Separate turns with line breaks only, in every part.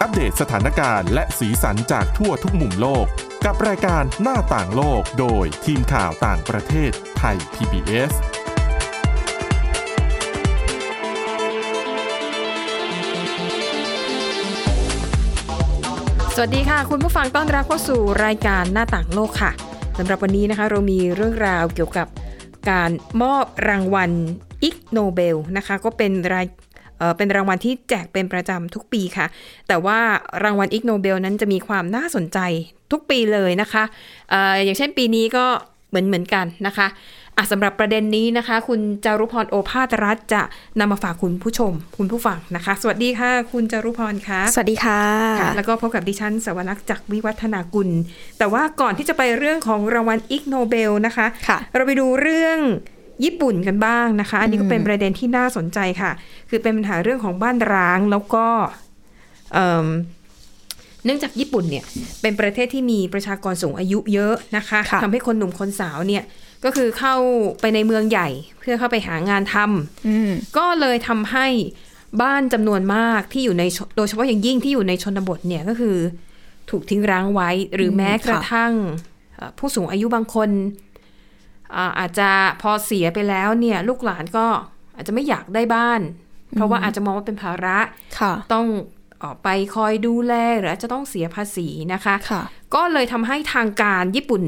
อัปเดตสถานการณ์และสีสันจากทั่วทุกมุมโลก กับรายการหน้าต่างโลกโดยทีมข่าวต่างประเทศไทย PBS
สวัสดีค่ะ คุณผู้ฟังต้อนรับเข้าสู่รายการหน้าต่างโลกค่ะสำหรับวันนี้นะคะเรามีเรื่องราวเกี่ยวกับการมอบรางวัลอิกโนเบลนะคะก็เป็นรายเอ่อเป็นรางวัลที่แจกเป็นประจำทุกปีค่ะ แต่ว่ารางวัลอิกโนเบลนั้นจะมีความน่าสนใจทุกปีเลยนะคะเอออย่างเช่นปีนี้ก็เหมือนเหมือนกันนะคะอ่ะสำหรับประเด็นนี้นะคะ คุณจารุพรโอภาสรัฐจะนำมาฝากคุณผู้ชม คุณผู้ฟังนะคะ สวัสดีค่ะ คุณจารุพรค่ะ
สวัสดีค่ะ
ค่ะแล้วก็พบกับดิฉันสวรักษ์จากวิวัฒนากุล แต่ว่าก่อนที่จะไปเรื่องของรางวัลอิกโนเบลนะคะ
ค่ะ
เราไปดูเรื่องญี่ปุ่นกันบ้างนะคะ อันนี้ก็เป็นประเด็นที่น่าสนใจค่ะ คือเป็นปัญหาเรื่องของบ้านร้างแล้วก็เอิ่มเนื่องจากญี่ปุ่นเนี่ยเป็นประเทศที่มีประชากรสูงอายุเยอะนะคะ
ค่ะ
ทำให้คนหนุ่มคนสาวเนี่ยก็คือเข้าไปในเมืองใหญ่เพื่อเข้าไปหางานทำ
อืม
ก็เลยทำให้บ้านจำนวนมากที่อยู่ในชโดยเฉพาะอย่างยิ่งที่อยู่ในชนบทเนี่ยก็คือถูกทิ้งร้างไว้หรืออ
ม
แม้กระ
ค่ะ
ทั่งเอ่อผู้สูงอายุบางคนอ่าอาจจะพอเสียไปแล้วเนี่ยลูกหลานก็อาจจะไม่อยากได้บ้าน เพราะว่าอาจจะมองว่าเป็นภาระ
ค่ะ
ต้องออกไปคอยดูแลหรืออาจจะต้องเสียภาษีนะคะ
ค่ะ
ก็เลยทำให้ทางการญี่ปุ่น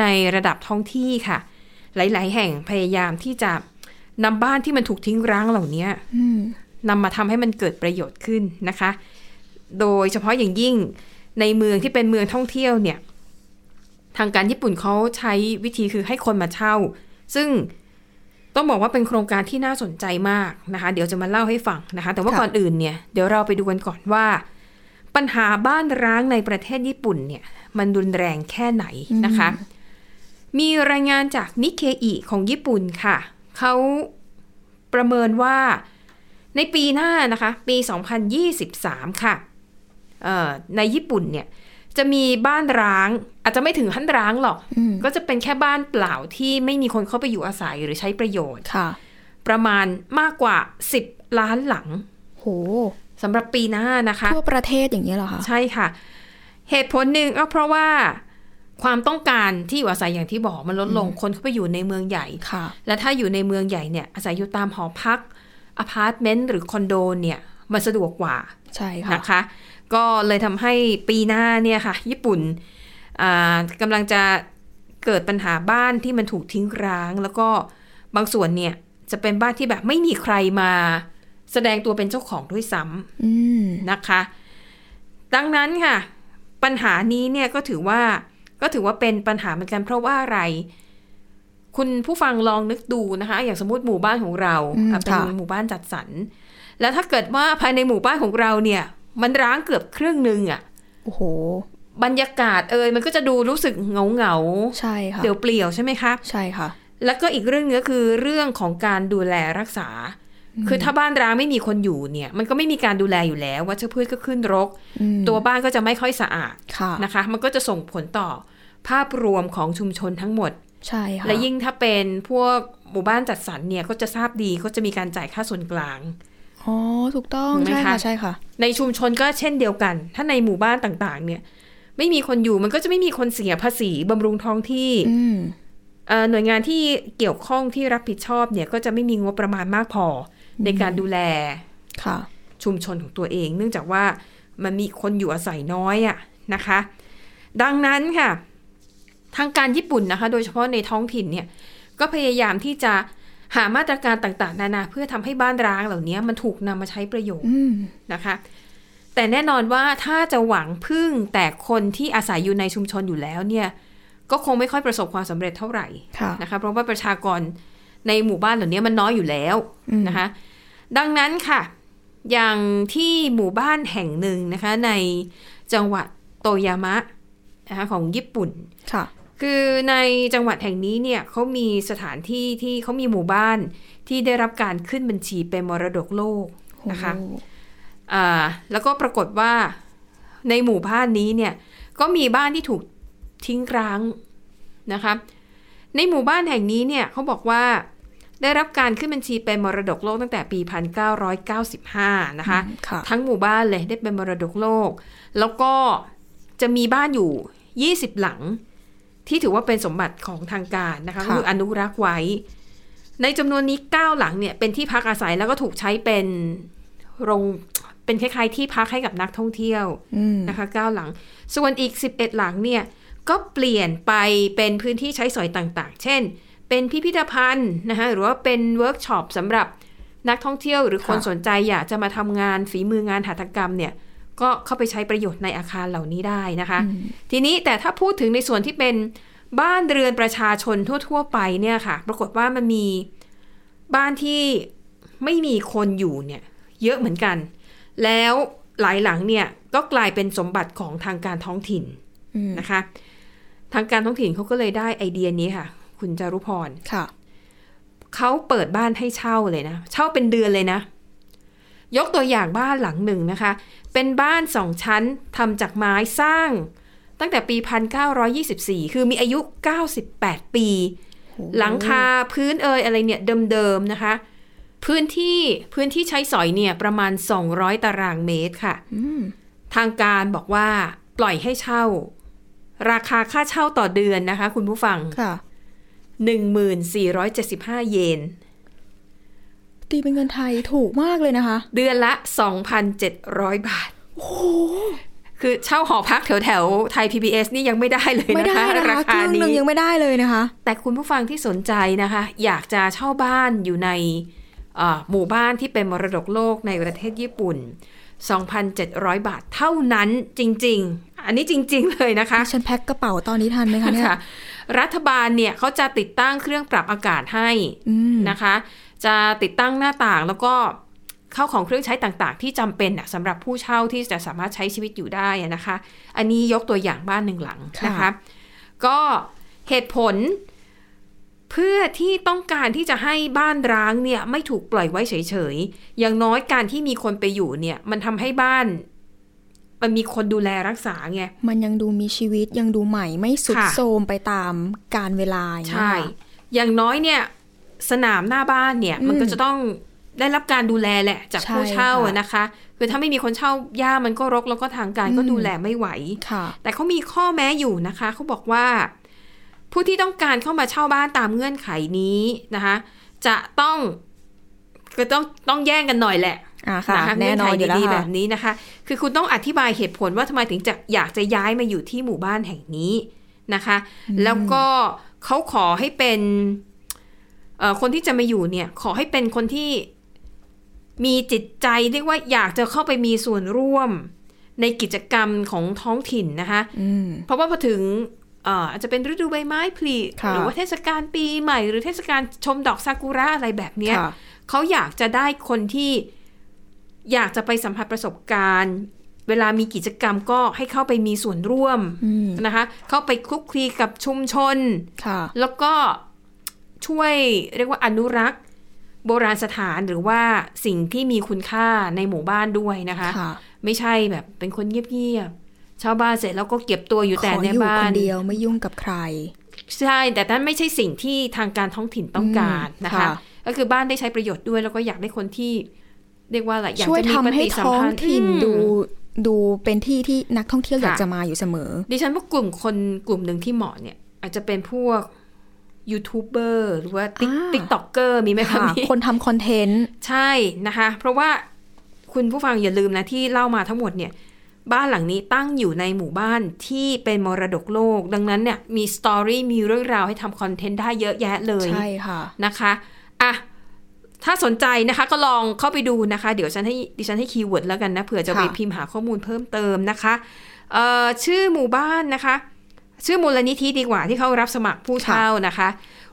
ในระดับท้องที่ค่ะ หลาย ๆ แห่งพยายามที่จะนำบ้านที่มันถูกทิ้งร้างเหล่านี้
อืม
นำมาทำให้มันเกิดประโยชน์ขึ้นนะคะ โดยเฉพาะอย่างยิ่งในเมืองที่เป็นเมืองท่องเที่ยวเนี่ย ทางการญี่ปุ่นเขาใช้วิธีคือให้คนมาเช่า ซึ่งต้องบอกว่าเป็นโครงการที่น่าสนใจมากนะคะ เดี๋ยวจะมาเล่าให้ฟังนะคะ แต่ว่า
ค่ะ
ก่อนอื่นเนี่ยเดี๋ยวเราไปดูกันก่อนว่า ปัญหาบ้านร้างในประเทศญี่ปุ่นเนี่ย มันรุนแรงแค่ไหนนะคะ มีรายงานจากนิเคอิของญี่ปุ่นค่ะ เขาประเมินว่าในปีหน้านะคะ ปี 2023 ค่ะเอ่อในญี่ปุ่นเนี่ย จะมีบ้านร้าง อาจจะไม่ถึงขั้นร้างหรอก
อืม
ก็จะเป็นแค่บ้านเปล่าที่ไม่มีคนเข้าไปอยู่อาศัยหรือใช้ประโยชน์
ค่ะ
ประมาณมากกว่า 10 ล้านหลัง
โห
สำหรับปีหน้านะคะ
ทั่วประเทศอย่างนี้ยเหรอคะ
ใช่ค่ะ เหตุผลหนึ่งก็เพราะว่าความต้องการที่อยู่อาศัยอย่างที่บอกมันลดลงคนเข้าไปอยู่ในเมืองใหญ่
ค่ะ
และถ้าอยู่ในเมืองใหญ่เนี่ยอาศัยอยู่ตามหอพักอพาร์ตเมนต์หรือคอนโดเนี่ยมันสะดวกกว่า
ใช่ค่ะ
นะคะ ก็เลยทำให้ปีหน้าเนี่ยค่ะ ญี่ปุ่นอ่ากำลังจะเกิดปัญหาบ้านที่มันถูกทิ้งร้าง แล้วก็บางส่วนเนี่ยจะเป็นบ้านที่แบบไม่มีใครมาแสดงตัวเป็นเจ้าของด้วยซ้ำ
อืม
นะคะ ดังนั้นค่ะ ปัญหานี้เนี่ยก็ถือว่าก็ถือว่าเป็นปัญหาเหมือนกันเพราะว่าอะไร คุณผู้ฟังลองนึกดูนะคะ อย่างสมมติหมู่บ้านของเรา
อืม
อ่ะเป็น
ค่ะ
หมู่บ้านจัดสรรแล้วถ้าเกิดว่าภายในหมู่บ้านของเราเนี่ย มันร้างเกือบครึ่งหนึ่งอะ่ะ
โอ้โห
บรรยากาศเอ่ยมันก็จะดูรู้สึกเหงาเหงา
ใช่
ๆ
ค่ะ
เดี๋ยวเปลี่ยวใช่ไหมคะ
ใช่ค่ะ
แล้วก็อีกเรื่องนึงก็คือเรื่องของการดูแลรักษา คือถ้าบ้านร้างไม่มีคนอยู่เนี่ย มันก็ไม่มีการดูแลอยู่แล้ววัชพืชก็ขึ้นรก
อืม
ตัวบ้านก็จะไม่ค่อยสะอาด
ค่ะ
นะคะ มันก็จะส่งผลต่อภาพรวมของชุมชนทั้งหมด
ใช่ค่ะ
และยิ่งถ้าเป็นพวกหมู่บ้านจัดสรรเนี่ยก็จะทราบดีก็จะมีการจ่ายค่าส่วนกลาง
อ๋อ ถูกต้อง
ถูกไหม
ใช่
คะ
ค่ะ ใช่ค่ะ
ในชุมชนก็เช่นเดียวกัน ถ้าในหมู่บ้านต่างๆ เนี่ย ไม่มีคนอยู่มันก็จะไม่มีคนเสียภาษีบำรุงท้องที่
อืม
เอ่อหน่วยงานที่เกี่ยวข้องที่รับผิดชอบเนี่ยก็จะไม่มีงบประมาณมากพอในการดูแล
ค่ะ
ชุมชนของตัวเอง เนื่องจากว่ามันมีคนอยู่อาศัยน้อยอะนะคะ ดังนั้นค่ะ ทางการญี่ปุ่นนะคะ โดยเฉพาะในท้องถิ่นเนี่ย ก็พยายามที่จะหามาตรการต่างๆ นานาเพื่อทำให้บ้านร้างเหล่านี้มันถูกนำมาใช้ประโยชน์
อืม
นะคะ แต่แน่นอนว่าถ้าจะหวังพึ่งแต่คนที่อาศัยอยู่ในชุมชนอยู่แล้วเนี่ย ก็คงไม่ค่อยประสบความสำเร็จเท่าไหร่
ค่ะ
นะคะเพราะว่าประชากรในหมู่บ้านเหล่านี้มันน้อยอยู่แล้ว
อืม
นะคะดังนั้นค่ะ อย่างที่หมู่บ้านแห่งหนึ่งนะคะในจังหวัดโตยามะนะคะของญี่ปุ่น
ค่ะ
คือในจังหวัดแห่งนี้เนี่ยเขามีสถานที่ที่เขามีหมู่บ้านที่ได้รับการขึ้นบัญชีเป็นมรดกโลก นะคะ
โอ้โห
อ่าแล้วก็ปรากฏว่าในหมู่บ้านนี้เนี่ยก็มีบ้านที่ถูกทิ้งร้างนะคะ ในหมู่บ้านแห่งนี้เนี่ยเขาบอกว่า ได้รับการขึ้นบัญชีเป็นมรดกโลกตั้งแต่ปี 1995 นะคะ
อืมค่ะ
ทั้งหมู่บ้านเลยได้เป็นมรดกโลก แล้วก็จะมีบ้านอยู่ 20 หลัง ที่ถือว่าเป็นสมบัติของทางการนะคะ
ค่ะ
ก็คืออนุรักษ์ไว้ ในจำนวนนี้ 9 หลังเนี่ยเป็นที่พักอาศัยแล้วก็ถูกใช้เป็นโรงเป็นคล้ายๆที่พักให้กับนักท่องเที่ยว
อืม
นะคะ9หลัง ส่วนอีก 11 หลังเนี่ยก็เปลี่ยนไปเป็นพื้นที่ใช้สอยต่างๆ เช่น เป็นพิพิธภัณฑ์นะคะหรือว่าเป็นเวิร์กช็อปสำหรับนักท่องเที่ยวหรือคนสนใจอยากจะมาทำงานฝีมืองานหัตถกรรมเนี่ยก็เข้าไปใช้ประโยชน์ในอาคารเหล่านี้ได้นะคะ ทีนี้แต่ถ้าพูดถึงในส่วนที่เป็นบ้านเรือนประชาชนทั่ว ๆ ไปเนี่ยค่ะ ปรากฏว่ามันมีบ้านที่ไม่มีคนอยู่เนี่ยเยอะเหมือนกัน แล้วหลายหลังเนี่ยก็กลายเป็นสมบัติของทางการท้องถิ่น
อืม
นะคะ ทางการท้องถิ่นเขาก็เลยได้ไอเดียนี้ค่ะ คุณจารุพร
ค่ะ
เขาเปิดบ้านให้เช่าเลยนะ เช่าเป็นเดือนเลยนะ ยกตัวอย่างบ้านหลังหนึ่งนะคะ เป็นบ้านสองชั้นทำจากไม้สร้าง ตั้งแต่ปี 1924 คือมีอายุ 98 ปี หลังคาพื้นเอยอะไรเนี่ยเดิมๆนะคะ พื้นที่พื้นที่ใช้สอยเนี่ยประมาณ 200 ตารางเมตรค่ะ
อืม
ทางการบอกว่าปล่อยให้เช่า ราคาค่าเช่าต่อเดือนนะคะ คุณผู้ฟัง
ค่ะ
1475 เยน
ตีเป็นเงินไทยถูกมากเลยนะคะ
เดือนละ 2,700 บาท คือเช่าหอพักแถวแถวๆไทย PBS นี่ยังไม่ได้เลย
ไม่
นะ
ได้
คะ
นะ
รา
คะค
คา
รึ่งหนึ่ง
นี้
ยังไม่ได้เลยนะคะ
แต่คุณผู้ฟังที่สนใจนะคะ อยากจะเช่าบ้านอยู่ในเอ่อหมู่บ้านที่เป็นมรดกโลกในประเทศญี่ปุ่น 2,700 บาทเท่านั้นจริง ๆ อันนี้จริง ๆ เลยนะคะ
ฉันแพ็คกระเป๋าตอนนี้ทันไหมคะเนี่ย
ค่ะรัฐบาลเนี่ยเขาจะติดตั้งเครื่องปรับอากาศให้
อืม
นะคะ จะติดตั้งหน้าต่างแล้วก็เข้าของเครื่องใช้ต่างๆ ที่จำเป็นน่ะสำหรับผู้เช่าที่จะสามารถใช้ชีวิตอยู่ได้อะนะคะ อันนี้ยกตัวอย่างบ้านหนึ่งหลังนะคะ ก็เหตุผลเพื่อที่ต้องการที่จะให้บ้านร้างเนี่ยไม่ถูกปล่อยไว้เฉยๆ อย่างน้อยการที่มีคนไปอยู่เนี่ยมันทำให้บ้าน มันมีคนดูแลรักษาไง
มันยังดูมีชีวิตยังดูใหม่ไม่สุด
ค่ะ
โทรมไปตามกาลเวลาอย่างเงี้ย
ใช่
ค่ะ
อย่างน้อยเนี่ยสนามหน้าบ้านเนี่ย
อืม
มันก็จะต้องได้รับการดูแลแหละ จาก
ใช่
ผู้เช่า
ค่ะ
อะนะคะ คือถ้าไม่มีคนเช่าหญ้ามันก็รกแล้วก็ทางการก็
อืม
ดูแลไม่ไหว
ค่ะ
แต่เขามีข้อแม้อยู่นะคะ เขาบอกว่า ผู้ที่ต้องการเข้ามาเช่าบ้านตามเงื่อนไขนี้นะคะ จะต้องก็ต้องต้องแย่งกันหน่อยแหละ
อ่าค่ะ
นะคะ
แน่นอนอ
เงื่
ยู่
น
แล้
ไข
ว
ดีๆแบ
ค่ะ
บนี้นะคะ คือคุณต้องอธิบายเหตุผลว่าทำไมถึงจะอยากจะย้ายมาอยู่ที่หมู่บ้านแห่งนี้นะคะ แล้วก็เขาขอให้เป็นเอ่อคนที่จะมาอยู่เนี่ย ขอให้เป็นคนที่มีจิตใจเรียกว่าอยากจะเข้าไปมีส่วนร่วมในกิจกรรมของท้องถิ่นนะคะ
อืม
เพราะว่าพอถึงเอ่ออาจจะเป็นฤดูใบไม้ผลิ
ค่ะ
หรือว่าเทศกาลปีใหม่ หรือเทศกาลชมดอกซากุระอะไรแบบเนี้ย
ค่ะ
เขาอยากจะได้คนที่อยากจะไปสัมผัสประสบการณ์ เวลามีกิจกรรมก็ให้เข้าไปมีส่วนร่วม
อืม
นะคะ เข้าไปคลุกคลีกับชุมชน
ค่ะ
แล้วก็ช่วยเรียกว่าอนุรักษ์โบราณสถานหรือว่าสิ่งที่มีคุณค่าในหมู่บ้านด้วยนะคะ
ค่ะ
ไม่ใช่แบบเป็นคนเงียบๆชาวบ้านเสร็จแล้วก็เก็บตัวอยู่แต่
ขอ
ใน
อยู่
บ้า
คน นเดียวไม่ยุ่งกับใคร
ใช่ แต่นั่นไม่ใช่สิ่งที่ทางการท้องถิ่นต้องการ
อืม
นะคะ
ค่ะ
ก็คือบ้านได้ใช้ประโยชน์ด้วยแล้วก็อยากได้คนที่ เรียกว่าอะไรอยาก
ช่วย
จะมี
ทำ
ป
ให้
ฏิสัม
ท้อง
พันธ์
ถิ่น
อืม
ดูดูเป็นที่ที่นักท่องเที่ยวอยาก
ค่ะ
จะมาอยู่เสมอ
ดิฉันว่ากลุ่มคนกลุ่มหนึ่งที่เหมาะเนี่ย อาจจะเป็นพวกยูทูบเบอร์หรือว่า
อ่า
ติ๊กต็อกเกอร์มีไหมคะ
ค่ะ
มี
คนทำคอนเทนต์
ใช่นะคะ เพราะว่าคุณผู้ฟังอย่าลืมนะที่เล่ามาทั้งหมดเนี่ยบ้านหลังนี้ตั้งอยู่ในหมู่บ้านที่เป็นมรดกโลก ดังนั้นเนี่ยมีสตอรี่มีเรื่องราวให้ทำคอนเทนต์ได้เยอะแยะเลย
ใช่ค่ะ
นะคะอ่ะถ้าสนใจนะคะก็ลองเข้าไปดูนะคะ เดี๋ยวฉันให้ดิฉันให้คีย์เวิร์ดแล้วกันนะเผื่อจะไป
ค่ะ
พิมพ์หาข้อมูลเพิ่มเติมนะคะเอ่อชื่อหมู่บ้านนะคะ ชื่อมูลนิธิดีกว่าที่เขารับสมัครผู้เช่านะคะ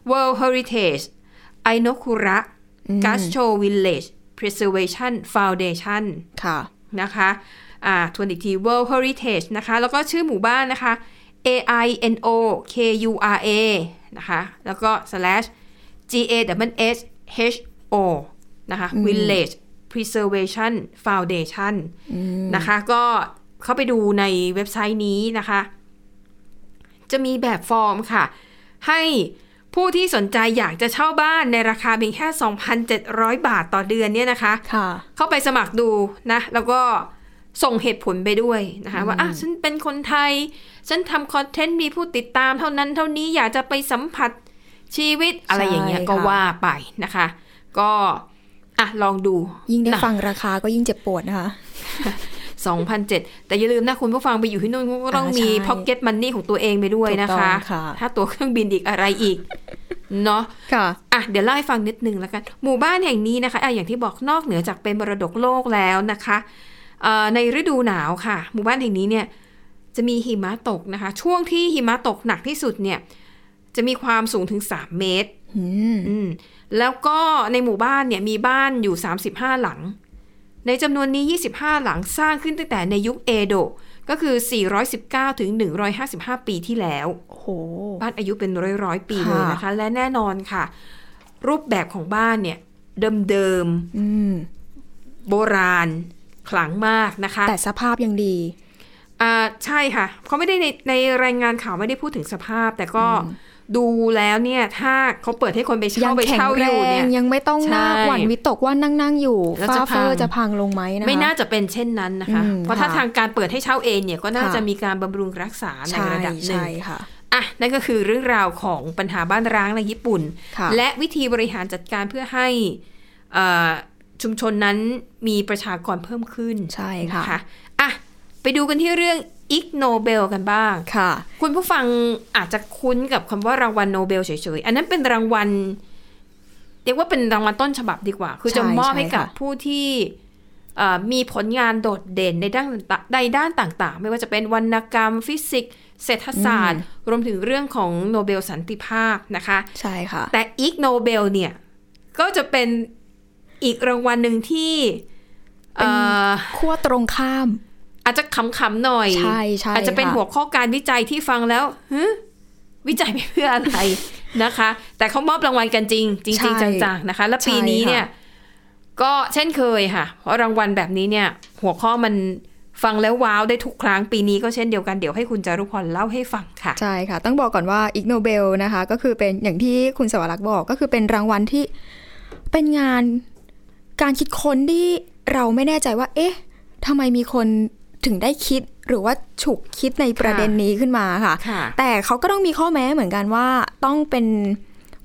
World Heritage ไอโนคุระ
อืม
g a s t r o Village Preservation Foundation
ค่ะ
นะคะอ่าทวนอีกที World Heritage นะคะ แล้วก็ชื่อหมู่บ้านนะคะ A I N O K U R A นะคะ แล้วก็ slash G A W S H O นะคะ Village Preservation Foundation นะคะ ก็เข้าไปดูในเว็บไซต์นี้นะคะ จะมีแบบฟอร์มค่ะ ให้ ผู้ที่สนใจอยากจะเช่าบ้านในราคาเพียงแค่ 2,700 บาทต่อเดือนเนี่ยนะคะ
ค่ะ
เข้าไปสมัครดูนะ แล้วก็ส่งเหตุผลไปด้วยนะคะว่าอ่ะฉันเป็นคนไทย ฉันทำคอนเทนต์มีผู้ติดตามเท่านั้นเท่านี้อยากจะไปสัมผัสชีวิตอะไรอย่างเงี้ย
ใช่
ก็
ค่ะ
ว่าไปนะคะ ก็อ่ะลองดู
ยิ่งได้
นะ
ฟังราคาก็ยิ่งเจ็บปวดนะคะ
2,007แต่อย่าลืมนะคุณผู้ฟังไปอยู่ที่นู่นคุณก็ต้อง
อ่า
มี
มี
พ็อกเก็ตมันนี่ของตัวเองไปด้วยนะคะ
ถูกต้องค่ะ
ถ้าตัวเครื่องบินอีกอะไรอีก เนาะ
ค่ะ
อ่ะเดี๋ยวเล่าให้ฟังนิดนึงแล้วกัน หมู่บ้านแห่งนี้นะคะอ่ะอย่างที่บอกนอกเหนือจากเป็นมรดกโลกแล้วนะคะเอ่อในฤดูหนาวค่ะ หมู่บ้านแห่งนี้เนี่ยจะมีหิมะตกนะคะ ช่วงที่หิมะตกหนักที่สุดเนี่ยจะมีความสูงถึง 3 เมตร
อืม
อืมแล้วก็ในหมู่บ้านเนี่ยมีบ้านอยู่ 35 หลัง ในจำนวนนี้ 25 หลังสร้างขึ้นตั้งแต่ในยุคเอโดะก็คือ 419 ถึง 155 ปีที่แล้ว
โอ้โห
บ้านอายุเป็นร้อยร้อยๆปีเลยนะคะ และแน่นอนค่ะ รูปแบบของบ้านเนี่ยเดิม
อืม
ๆ โบราณ ขลังมากนะคะ
แต่สภาพยังดี
อ่าใช่ค่ะเขาไม่ได้ในในรายงานข่าวไม่ได้พูดถึงสภาพ แต่ก็ดูแล้วเนี่ยถ้าเขาเปิดให้คนไป
ยั
เช่าไป
แข็ง
เช่า
แร
อยู่เนี่
ง
ย
ยังไม่ต้อง
ใช่
น่าหวั่นวิตกว่านั่งนั่งๆอยู่
แล้ว
ฟ้า
จะ
เฟอ
พั
ร์
ง
จะพังลงไหมนะคะ
ไม่น่าจะเป็นเช่นนั้นนะคะ
อืม
เพราะถ้า
ค่ะ
ทางการเปิดให้เช่าเองเนี่ยก็น่า
ค่ะ
จะมีการบำรุงรักษาใน
ใช่
ระดับหนึ่ง
ใช่ค่ะ
อ่ะนั่นก็คือเรื่องราวของปัญหาบ้านร้างในญี่ปุ่น
ค่ะ
และวิธีบริหารจัดการเพื่อให้เอ่อชุมชนนั้นมีประชากรเพิ่มขึ้น
ใช่ค่ะ
นะคะอ่ะไปดูกันที่เรื่องอิกโนเบลกันบ้าง
ค่ะ
คุณผู้ฟังอาจจะคุ้นกับคำว่ารางวัลโนเบลเฉยๆ อันนั้นเป็นรางวัลเรียกว่าเป็นรางวัลต้นฉบับดีกว่า คือ
ใช่
จะมอบให้
ใช่
กับ
ค่ะ
ผู้ที่เอ่อมีผลงานโดดเด่นในด้านต่างๆในด้านต่างๆ ไม่ว่าจะเป็นวรรณกรรม ฟิสิกส์เศรษฐศาสตร์ รวมถึงเรื่องของโนเบลสันติภาพนะคะ
ใช่ค่ะ
แต่อีกโนเบลเนี่ย ก็จะเป็นอีกรางวัลหนึ่งที่
เป็น
เอ่อ
ขั้วตรงข้าม
อาจจะขำๆหน่อย
ใช่ใช่
อาจจะเป็น
ค่ะ
หัวข้อการวิจัยที่ฟังแล้ว ฮึวิจัยไปเพื่ออะไร นะคะ แต่เขามอบรางวัลกันจริง จ
ใช่
ริงๆจังๆนะคะ และปีนี้
ใช่ค่ะ
เนี่ย ก็เช่นเคยค่ะ เพราะรางวัลแบบนี้เนี่ย หัวข้อมันฟังแล้วว้าวได้ทุกครั้งปีนี้ก็เช่นเดียวกันเดี๋ยวให้คุณจารุพรเล่าให้ฟังค่ะ
ใช่ค่ะ ต้องบอกก่อนว่าอิกโนเบลนะคะ ก็คือเป็นอย่างที่คุณสวรักษ์บอกก็คือเป็นรางวัลที่เป็นงานการคิดค้นที่เราไม่แน่ใจว่า เอ๊ะทำไมมีคนถึงได้คิดหรือว่าฉุกคิดในประเด็นนี้ขึ้นมาค่ะ
ค่ะ
แต่เขาก็ต้องมีข้อแม้เหมือนกันว่าต้องเป็น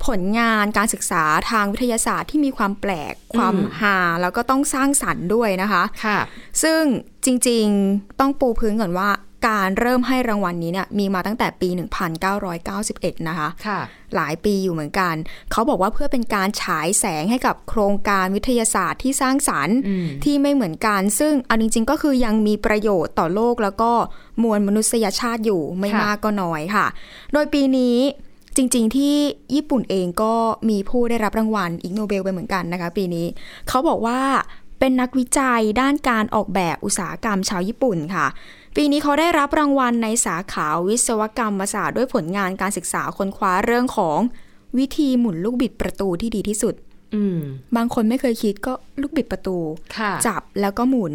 ผลงานการศึกษาทางวิทยาศาสตร์ที่มีความแปลกความ
อืม
หาแล้วก็ต้องสร้างสรรค์ด้วยนะคะ
ค่ะ
ซึ่งจริงๆต้องปูพื้นก่อนว่า การเริ่มให้รางวัลนี้เนี่ยมีมาตั้งแต่ปี 1991 นะคะ
ค่ะ
หลายปีอยู่เหมือนกัน เขาบอกว่าเพื่อเป็นการฉายแสงให้กับโครงการวิทยาศาสตร์ที่สร้างสารรค์
อืม
ที่ไม่เหมือนกัน ซึ่งเอาจริงๆก็คือยังมีประโยชน์ต่อโลกแล้วก็มวลมนุษยชาติอยู่ไม่
ค่ะ
มากก็น้อยค่ะ โดยปีนี้จริงๆที่ญี่ปุ่นเองก็มีผู้ได้รับรางวัลอิกโนเบลไปเหมือนกันนะคะ ปีนี้ เขาบอกว่าเป็นนักวิจัยด้านการออกแบบอุตสาหกรรมชาวญี่ปุ่นค่ะ ปีนี้เขาได้รับรางวัลในสาขาวิศวกรรมศาสตร์ด้วยผลงานการศึกษาค้นคว้าเรื่องของวิธีหมุนลูกบิดประตูที่ดีที่สุด
อืม
บางคนไม่เคยคิดก็ลูกบิดประตู
ค่ะ
จับแล้วก็หมุน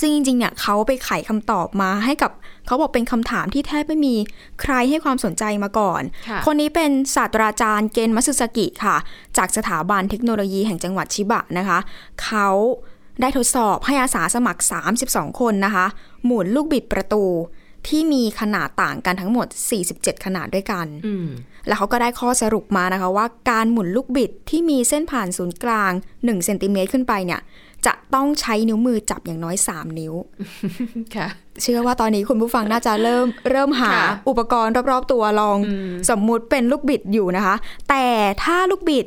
ซึ่งจริงๆ เนี่ยเขาไปไขคำตอบมาให้กับเขาบอกเป็นคำถามที่แทบไม่มีใครให้ความสนใจมาก่อน
ค่ะ
คนนี้เป็นศาสตราจารย์เกนมัตสึสกิค่ะ จากสถาบันเทคโนโลยีแห่งจังหวัดชิบะนะคะ เขาได้ทดสอบให้อาสาสมัคร 32 คนนะคะ หมุนลูกบิดประตูที่มีขนาดต่างกันทั้งหมด 47 ขนาดด้วยกัน
อืม
แล้วเขาก็ได้ข้อสรุปมานะคะว่าการหมุนลูกบิดที่มีเส้นผ่านศูนย์กลาง 1 เซนติเมตรขึ้นไปเนี่ย จะต้องใช้นิ้วมือจับอย่างน้อย 3 นิ้ว
ค่ะ
เชื่อว่าตอนนี้คุณผู้ฟังน่าจะเริ่ม เริ่มหา
ค่ะ
อุปกรณ์รอบๆตัวลอง
อืม
สมมุติเป็นลูกบิดอยู่นะคะ แต่ถ้าลูกบิด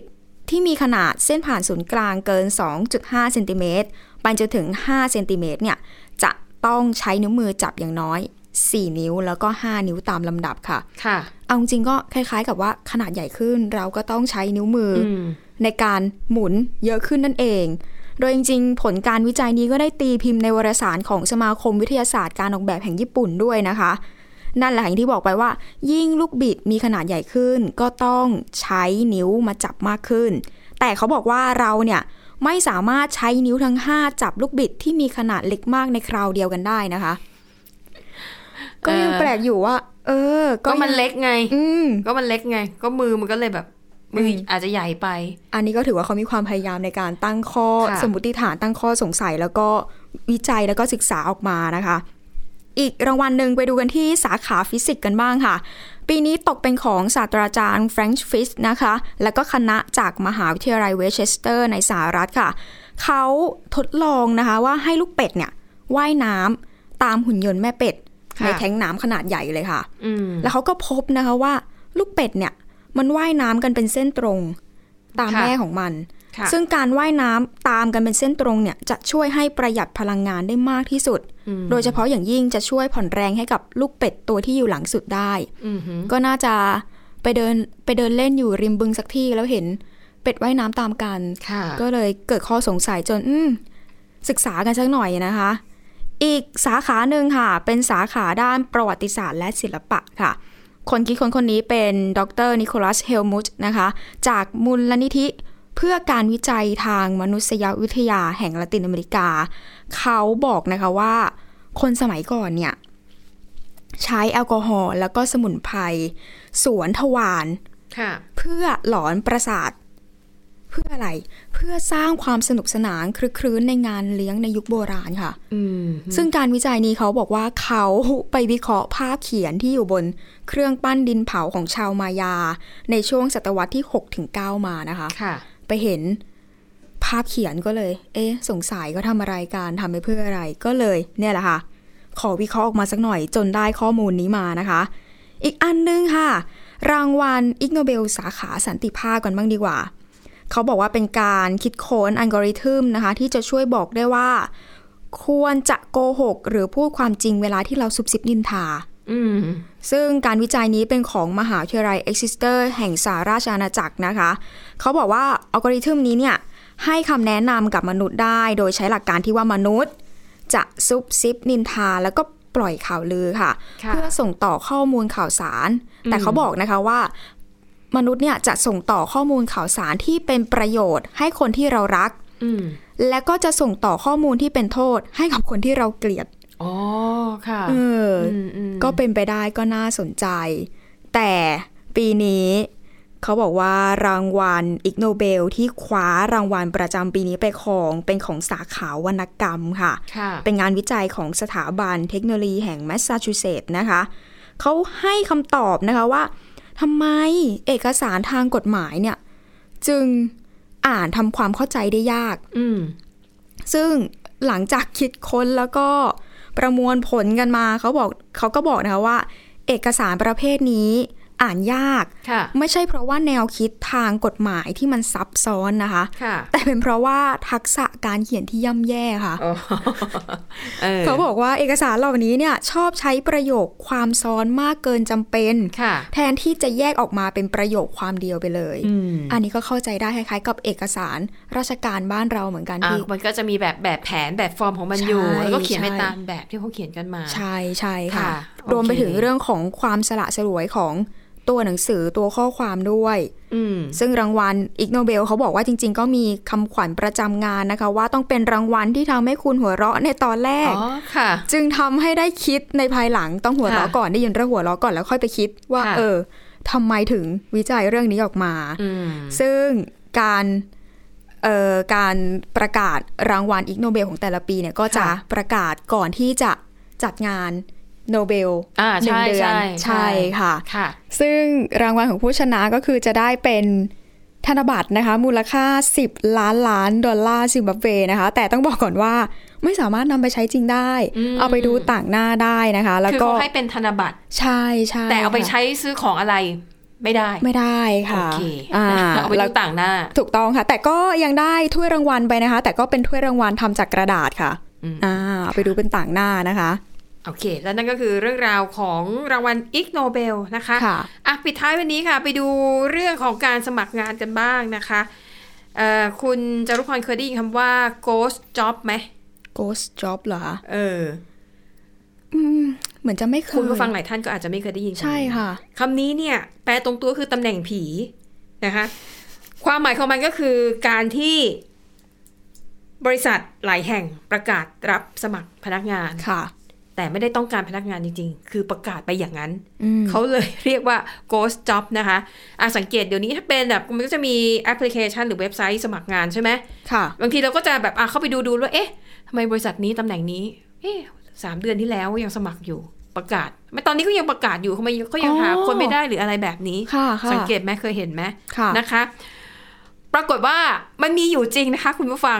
ที่มีขนาดเส้นผ่านศูนย์กลางเกิน 2.5เซนติเมตรไปจนถึง5เซนติเมตรเนี่ยจะต้องใช้นิ้วมือจับอย่างน้อย 4 นิ้วแล้วก็ 5 นิ้วตามลำดับค่ะ
ค่ะ
เอาจริงๆก็คล้ายๆกับว่าขนาดใหญ่ขึ้นเราก็ต้องใช้นิ้วมือ
อื
อ
ม
ในการหมุนเยอะขึ้นนั่นเอง โดยจริงๆ ผลการวิจัยนี้ก็ได้ตีพิมพ์ในวารสารของสมาคมวิทยาศาสตร์การออกแบบแห่งญี่ปุ่นด้วยนะคะ นั่นแหละอย่างที่บอกไปว่า ยิ่งลูกบิดมีขนาดใหญ่ขึ้น ก็ต้องใช้นิ้วมาจับมากขึ้น แต่เขาบอกว่าเราเนี่ยไม่สามารถใช้นิ้วทั้ง 5 จับลูกบิดที่มีขนาดเล็กมากในคราวเดียวกันได้นะคะ ก็ยัง
เอ่อ
แปลกอยู่ว่า เออ
ก็มัน
ยัง
เล็กไง
อืม
ก็มันเล็กไง ก็มือมันก็เลยแบบ มืออ
ม
อาจจะใหญ่ไป
อันนี้ก็ถือว่าเขามีความพยายามในการตั้งข้อ
ค่ะ
สมมติฐานตั้งข้อสงสัย แล้วก็วิจัยแล้วก็ศึกษาออกมานะคะ อีกรางวัลหนึ่งไปดูกันที่สาขาฟิสิกส์กันบ้างค่ะ ปีนี้ตกเป็นของศาสตราจารย์แฟรงค์ฟิสนะคะ แล้วก็คณะจากมหาวิทยาลัยเวสเชสเตอร์ในสหรัฐค่ะ เขาทดลองนะคะว่าให้ลูกเป็ดเนี่ยว่ายน้ำตามหุ่นยนต์แม่เป็ด
ค่ะ
ในแท้งน้ำขนาดใหญ่เลยค่ะ
อืม
แล้วเขาก็พบนะคะว่าลูกเป็ดเนี่ย มันว่ายน้ำกันเป็นเส้นตรง ตาม
ค่ะ
แม่ของมัน
ค่ะ
ซึ่งการว่ายน้ำตามกันเป็นเส้นตรงเนี่ยจะช่วยให้ประหยัดพลังงานได้มากที่สุด
อืม
โดยเฉพาะอย่างยิ่งจะช่วยผ่อนแรงให้กับลูกเป็ดตัวที่อยู่หลังสุดได้
อืมหือ
ก็น่าจะไปเดินไปเดินเล่นอยู่ริมบึงสักที่แล้วเห็นเป็ดว่ายน้ำตามกัน
ค่ะ
ก็เลยเกิดข้อสงสัยจนอืมศึกษากันสักหน่อยนะคะ อีกสาขาหนึ่งค่ะ เป็นสาขาด้านประวัติศาสตร์และศิลปะค่ะ คนคิดคนคนนี้เป็นดรนิโคลัสเฮลมุตนะคะ จากมูลนิธิเพื่อการวิจัยทางมนุษยวิทยาแห่งละตินอเมริกา เขาบอกนะคะว่า คนสมัยก่อนเนี่ย ใช้แอลกอฮอล์แล้วก็สมุนไพรสวนทวาร
ค่ะ
เพื่อหลอนประสาท เพื่ออะไร เพื่อสร้างความสนุกสนานคลึกครื้นในงานเลี้ยงในยุคโบราณค่ะ
อืม
ซึ่งการวิจัยนี้เขาบอกว่าเขาไปวิเคราะห์ภาพเขียนที่อยู่บนเครื่องปั้นดินเผาของชาวมายา ในช่วงศตวรรษที่ 6-9 มานะคะ
ค่ะ
ไปเห็นภาพเขียนก็เลย เอ๊ะ สงสัยก็ทำอะไรการทำไปเพื่ออะไรก็เลยเนี่ยแหละค่ะ ขอวิเคราะห์ออกมาสักหน่อยจนได้ข้อมูลนี้มานะคะ อีกอันนึงค่ะ รางวัลอิกโนเบลสาขาสันติภาพกันบ้างดีกว่า เขาบอกว่าเป็นการคิดค้นอัลกอริทึมนะคะ ที่จะช่วยบอกได้ว่า ควรจะโกหก หรือพูดความจริงเวลาที่เราซุบซิบนินทา
อืม
ซึ่งการวิจัยนี้เป็นของมหาวิทยาลัยเอ็กซิสเตอร์แห่งสหราชอาณาจักรนะคะ เขาบอกว่าอัลกอริทึมนี้เนี่ย ให้คำแนะนำกับมนุษย์ได้ โดยใช้หลักการที่ว่ามนุษย์ จะซุบซิบนินทาแล้วก็ปล่อยข่าวลือค่ะ
ค่ะ
เพื่อส่งต่อข้อมูลข่าวสาร แต่เขาบอกนะคะว่า มนุษย์เนี่ยจะส่งต่อข้อมูลข่าวสารที่เป็นประโยชน์ ให้คนที่เรารัก
อืม
และก็จะส่งต่อข้อมูลที่เป็นโทษ ให้กับคนที่เราเกลียด
อ๋อ ค่ะ
เอออ
มอืม
ก็เป็นไปได้ก็น่าสนใจ แต่ปีนี้เขาบอกว่ารางวัลอิกโนเบลที่คว้ารางวัลประจำปีนี้ไปของ เป็นของสาขาวรรณกรรมค่ะ
ค่ะ
เป็นงานวิจัยของสถาบันเทคโนโลยีแห่งแมสซาชูเซตส์นะคะ เขาให้คำตอบนะคะว่าทำไมเอกสารทางกฎหมายเนี่ย จึงอ่านทำความเข้าใจได้ยาก
อืม
ซึ่งหลังจากคิดค้นแล้วก็ประมวลผลกันมาเขาบอกเขาก็บอกนะคะว่า เอกสารประเภทนี้อ่านยาก
ค่ะ
ไม่ใช่เพราะว่าแนวคิดทางกฎหมายที่มันซับซ้อนนะคะ
ค่ะ
แต่เป็นเพราะว่าทักษะการเขียนที่ย่ำแย่ค่ะ
อ๋อเออ
เขาบอกว่าเอกสารเหล่านี้เนี่ยชอบใช้ประโยคความซ้อนมากเกินจำเป็น
ค่ะ
แทนที่จะแยกออกมาเป็นประโยคความเดียวไปเลย
อืม
นนี้ก็เข้าใจได้คล้ายๆ กับเอกสารราชการบ้านเราเหมือนกัน
อ่ะ
ที่
มันก็จะมีแบบแบบแผนแบบฟอร์มของมันอยู่
ใช่
แล้วก็เขียนไป
ใช่
ตามแบบที่เขาเขียนกันมา
ใช่ใช่ค่ะ
ค่ะโอเค
รวมไปถึงเรื่องของความสละสลวยของตัวหนังสือตัวข้อความด้วย
อืม
ซึ่งรางวัลอิกโนเบลเขาบอกว่าจริง ๆ ก็มีคำขวัญประจำงานนะคะ ว่าต้องเป็นรางวัลที่ทำให้คุณหัวเราะในตอนแร
อ๋
ก
อ ค่ะ
จึงทำให้ได้คิดในภายหลังต้องหัวเราะ
ค่ะ
ก่อนได้ยินเรื่องหัวเราะก่อนแล้วค่อยไปคิดว่า
ค่ะ
เออทำไมถึงวิจัยเรื่องนี้ออกมา
อืม
ซึ่งการเอ่อการประกาศรางวัลอิกโนเบลของแต่ละปีเนี่ยก็จะ
ค่ะ
ประกาศก่อนที่จะจัดงานโนเบล
อ่า
หนึ่ง
ใช่
เดือน
ใช่
ใช่ค่ะ
ค่ะ
ซึ่งรางวัลของผู้ชนะก็คือจะได้เป็นธนบัตรนะคะ มูลค่า 10 ล้านล้านดอลลาร์ซิมบับเวนะคะ แต่ต้องบอกก่อนว่าไม่สามารถนำไปใช้จริงได้
อืม
เอาไปดูต่างหน้าได้นะคะ แล้ว
คือ
ก็
เขาให้เป็นธนบัตร
ใช่ใช่
แต่เอาไป
ค่ะ
ใช้ซื้อของอะไรไม่ได้
ไม่ได้ค่ะ
โอเค
อ่า
เอาไป
แล้ว
ดูต่างหน้า
ถูกต้องค่ะ แต่ก็ยังได้ถ้วยรางวัลไปนะคะ แต่ก็เป็นถ้วยรางวัลทำจากกระดาษค่ะ
อืม
อ่าไปดูเป็นต่างหน้านะคะ
โอเค แล้วนั่นก็คือเรื่องราวของรางวัลอิกโนเบลนะคะ
ค่ะ
อ่ะปิดท้ายวันนี้ค่ะ ไปดูเรื่องของการสมัครงานกันบ้างนะคะเอ่อคุณจารุพรเคยได้ยินคำว่า ghost job ไหม
ghost job เหรอคะ
เออ
อืมเหมือนจะไม่เคย
คุณผู้ฟังหลายท่านก็อาจจะไม่เคยได้ยินำนี้
ใช่ค่ะ
คำนี้เนี่ย แปลตรงตัวคือตำแหน่งผีนะคะ ความหมายของมันก็คือการที่บริษัทหลายแห่งประกาศรับสมัครพนักงาน
ค่ะ
แต่ไม่ได้ต้องการพนักงานจริง ๆ คือประกาศไปอย่างนั้น
อืม
เขาเลย เรียกว่า ghost job นะคะอ่ะสังเกตเดี๋ยวนี้ถ้าเป็นแบบมันก็จะมีแอปพลิเคชันหรือเว็บไซต์สมัครงานใช่ไหม
ค่ะ
บางทีเราก็จะแบบอ่ะเข้าไปดูดูว่าเอ๊ะทำไมบริษัทนี้ตำแหน่งนี้ เอ๊ะสามเดือนที่แล้วยังสมัครอยู่ประกาศไม่ตอนนี้ก็ยังประกาศอยู่ทำไมก็ยัง
อ๋อ
หาคนไม่ได้หรืออะไรแบบนี้
ค่ะค่ะ
สังเกตไหมเคยเห็นไหม
ค่ะ
นะคะ ปรากฏว่ามันมีอยู่จริงนะคะ คุณผู้ฟัง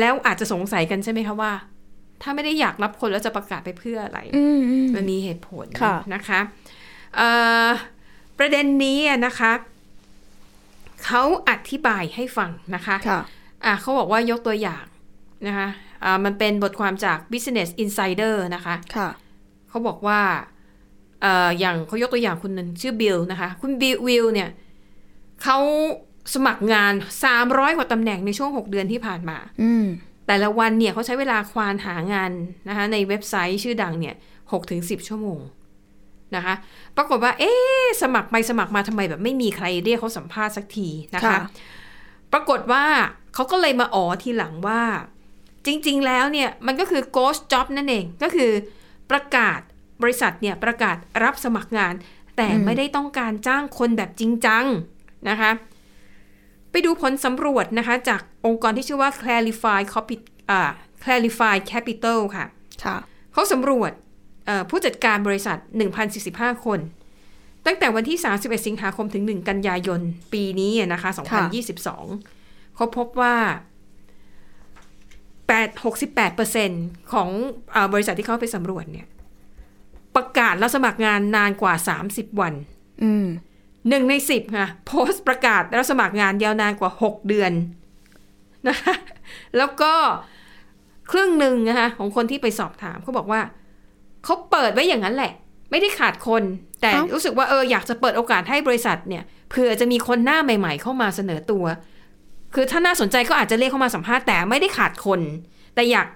แล้วอาจจะสงสัยกันใช่ไหมคะว่า ถ้าไม่ได้อยากรับคนแล้วจะประกาศไปเพื่ออะไร
อืมอืม
มันมีเหตุผล
ค่ะ
นะคะเอ่อประเด็นนี้อะนะคะเขาอธิบายให้ฟังนะคะ
ค่ะ
อ่ะเขาบอกว่ายกตัวอย่างนะคะอ่ามันเป็นบทความจาก Business Insider นะคะ
ค่ะ
เขาบอกว่าเอ่ออย่างเขายกตัวอย่างคุณหนึ่งชื่อบิลนะคะ คุณบิลวิลเนี่ยเขาสมัครงาน 300 กว่าตำแหน่งในช่วง 6 เดือนที่ผ่านมา
อืม
แต่ละวันเนี่ยเขาใช้เวลาควานหางานนะคะในเว็บไซต์ชื่อดังเนี่ยหกถึงสิบชั่วโมงนะคะ ปรากฏว่า เอ๊ะสมัครไปสมัครมาทำไมแบบไม่มีใครเรียกเขาสัมภาษณ์สักทีนะคะ ปรากฏว่าเขาก็เลยมาอ๋อทีหลังว่า จริง ๆ แล้วเนี่ย มันก็คือ ghost job นั่นเองก็คือประกาศบริษัทเนี่ยประกาศรับสมัครงาน แต่ไม่ได้ต้องการจ้างคนแบบจริงจังนะคะ ไปดูผลสำรวจนะคะ จากองค์กรที่ชื่อว่า clarify Capi- อ่า clarify capital ค่ะ
ค่ะ
เขาสำรวจเอ่อผู้จัดการบริษัท 1,045 คน ตั้งแต่วันที่ 31 สิงหาคมถึง 1 กันยายน ปีนี้อะนะคะ
ค่ะ
2022 เขาพบว่า 8 68%ของเออบริษัทที่เขาไปสำรวจเนี่ย ประกาศแล้วสมัครงานนานกว่า 30 วัน
อืม
หนึ่งในสิบค่ะโพสต์ประกาศรับสมัครงานยาวนานกว่า 6 เดือนนะคะแล้วก็ครึ่งหนึ่งนะคะของคนที่ไปสอบถามเขาบอกว่า เขาเปิดไว้อย่างนั้นแหละ ไม่ได้ขาดคน แต่
เอ้ารู้
รู้สึกว่าเอออยากจะเปิดโอกาสให้บริษัทเนี่ยเผื่อจะมีคนหน้าใหม่ ๆ เข้ามาเสนอตัว คือถ้าน่าสนใจก็อาจจะเรียกเข้ามาสัมภาษณ์แต่ไม่ได้ขาดคน แต่อยาก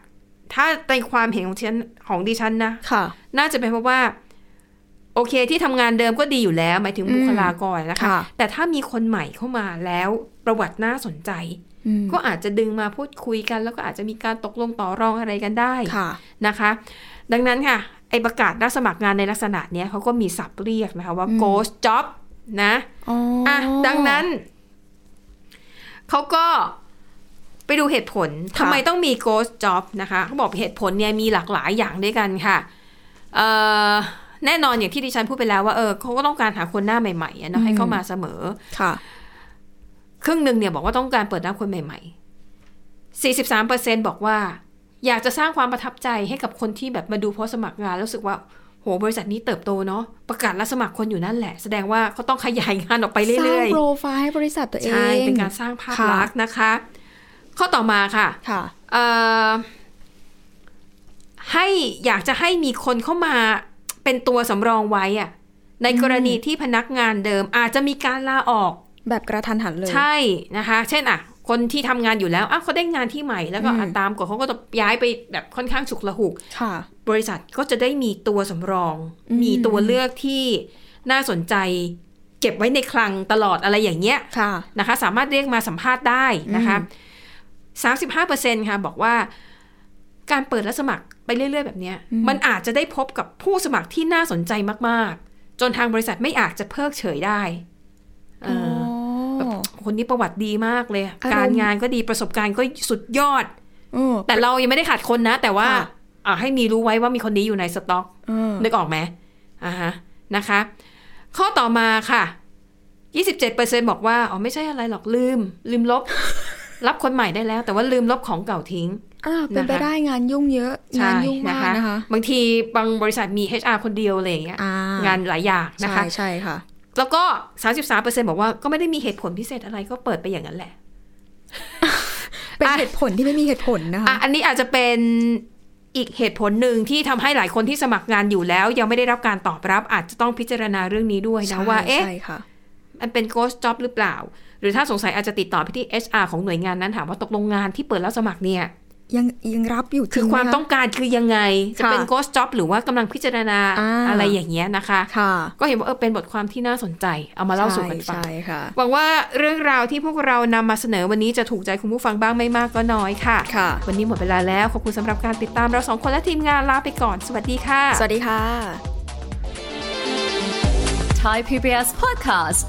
ถ้าในความเห็นของฉันของดิฉันนะ
ค่ะ
น่าจะเป็นเพราะว่า โอเคที่ทำงานเดิมก็ดีอยู่แล้ว หมายถึงบุคลากรนะคะ
ค่ะ
แต่ถ้ามีคนใหม่เข้ามาแล้วประวัติน่าสนใจ
อืม
ก็อาจจะดึงมาพูดคุยกัน แล้วก็อาจจะมีการตกลงต่อรองอะไรกันได้
ค่ะ
นะคะ ดังนั้นค่ะ ไอประกาศรับสมัครงานในลักษณะเนี้ยเขาก็มีศัพท์เรียกนะคะว่า
อืม
ghost job นะ
อ๋ออ่ะ
อ่ะดังนั้น เขาก็ไปดูเหตุผลทำไมต้องมี ghost job นะคะเขาบอกเหตุผลเนี่ยมีหลากหลายอย่างด้วยกันค่ะเอ่อแน่นอนอย่างที่ดิฉันพูดไปแล้วว่าเออเขาก็ต้องการหาคนหน้าใหม่ๆอะเนาะให้เข้ามาเสมอ
ค่ะ
ครึ่งหนึ่งเนี่ยบอกว่าต้องการเปิดรับคนใหม่ๆ 43%บอกว่า อยากจะสร้างความประทับใจให้กับคนที่แบบมาดูโพสต์สมัครงานแล้วรู้สึกว่า โหบริษัทนี้เติบโตเนาะประกาศรับสมัครคนอยู่นั่นแหละ แสดงว่าเขาต้องขยายงานออกไป
สร้าง
เรื่อยๆ
โปรไฟล์ให้บริษัทตัวเอง
ใช่ เป็นการสร้างภาพ
ค่ะ
ลักษณ์นะคะ ข้อต่อมาค่ะ
ค่ะ
เอ่อให้อยากจะให้มีคนเข้ามาเป็นตัวสำรองไว้อะในกรณีที่พนักงานเดิมอาจจะมีการลาออก
แบบกระทันหันเลย
ใช่นะคะ เช่นอ่ะ คนที่ทำงานอยู่แล้วอ้าวเขาได้งานที่ใหม่แล้วก็อ่ะ
อืม
ตามกฎเขาก็จะย้ายไปแบบค่อนข้างฉุกละหุก
ค่ะ
บริษัทก็จะได้มีตัวสำรอง
อืม
มีตัวเลือกที่น่าสนใจ เก็บไว้ในคลังตลอดอะไรอย่างเงี้ย
ค่ะ
นะคะสามารถเรียกมาสัมภาษณ์ได้นะคะ35%ค่ะบอกว่าการเปิดและสมัครไปเรื่อย ๆ แบบเนี้ย
อืม
มันอาจจะได้พบกับผู้สมัครที่น่าสนใจมากๆ จนทางบริษัทไม่อาจจะเพิกเฉยได้เออ
อ
แบบคนนี้ประวัติดีมากเลย การงานก็ดีประสบการณ์ก็สุดยอด
เออ
แต่เรายังไม่ได้ขาดคนนะ แต่ว่า
ค่ะ
อ่ะให้มีรู้ไว้ว่ามีคนนี้อยู่ในสต็อก
เออ
นึกออกไหมอ่าฮะ นะคะ ข้อต่อมาค่ะ 27%บอกว่า อ๋อ ไม่ใช่อะไรหรอกลืม ลืมลบ รับคนใหม่ได้แล้ว แต่ว่าลืมลบของเก่าทิ้ง
อ่าเป็นไป
นะคะ
ได้งานยุ่งเยอะ งานยุ่งมากนะคะ
บางทีบางบริษัทมี HR คนเดียวอะไรอย่างเงี้ย
อ่าง
านหลายอย่างนะ
ใช่
คะ
ใช่ค่ะ
แล้วก็ 33%บอกว่าก็ไม่ได้มีเหตุผลพิเศษอะไรก็เปิดไปอย่างนั้นแหละ
เป็น
อ่ะ
เหตุผลที่ไม่มีเหตุผลนะคะ
อ่ะ อันนี้อาจจะเป็นอีกเหตุผลหนึ่งที่ทำให้หลายคนที่สมัครงานอยู่แล้ว ยังไม่ได้รับการตอบรับ อาจจะต้องพิจารณาเรื่องนี้ด้วย
ใช่
นะว่า เอ๊ะ
ใช่ค่ะ
มันเป็น ghost job หรือเปล่า หรือถ้าสงสัยอาจจะติดต่อไปที่ HR ของหน่วยงานนั้นถามว่าตกลงงานที่เปิดแล้วสมัครเนี่ย
ยังยังรับอยู่จริ
คื
ง
อความ
ไหะ
ต้องการคือยังไง จะเป็น
ค่ะ
ghost job หรือว่ากำลังพิจารณา
อ่า
อะไรอย่างเงี้ยนะคะ
ค่ะ
ก็เห็นว่าเออเป็นบทความที่น่าสนใจ เอามาเล่าสู่กันฟัง
ใช่ใช่ค่ะ
หวังว่าเรื่องราวที่พวกเรานำมาเสนอวันนี้จะถูกใจคุณผู้ฟังบ้างไม่มากก็น้อยค่ะ
ค่ะ
วันนี้หมดเวลาแล้ว ขอบคุณสำหรับการติดตามเราสองคนและทีมงานลาไปก่อน สวัสดีค่ะ
สวัสดีค่ะ
Thai PBS podcast.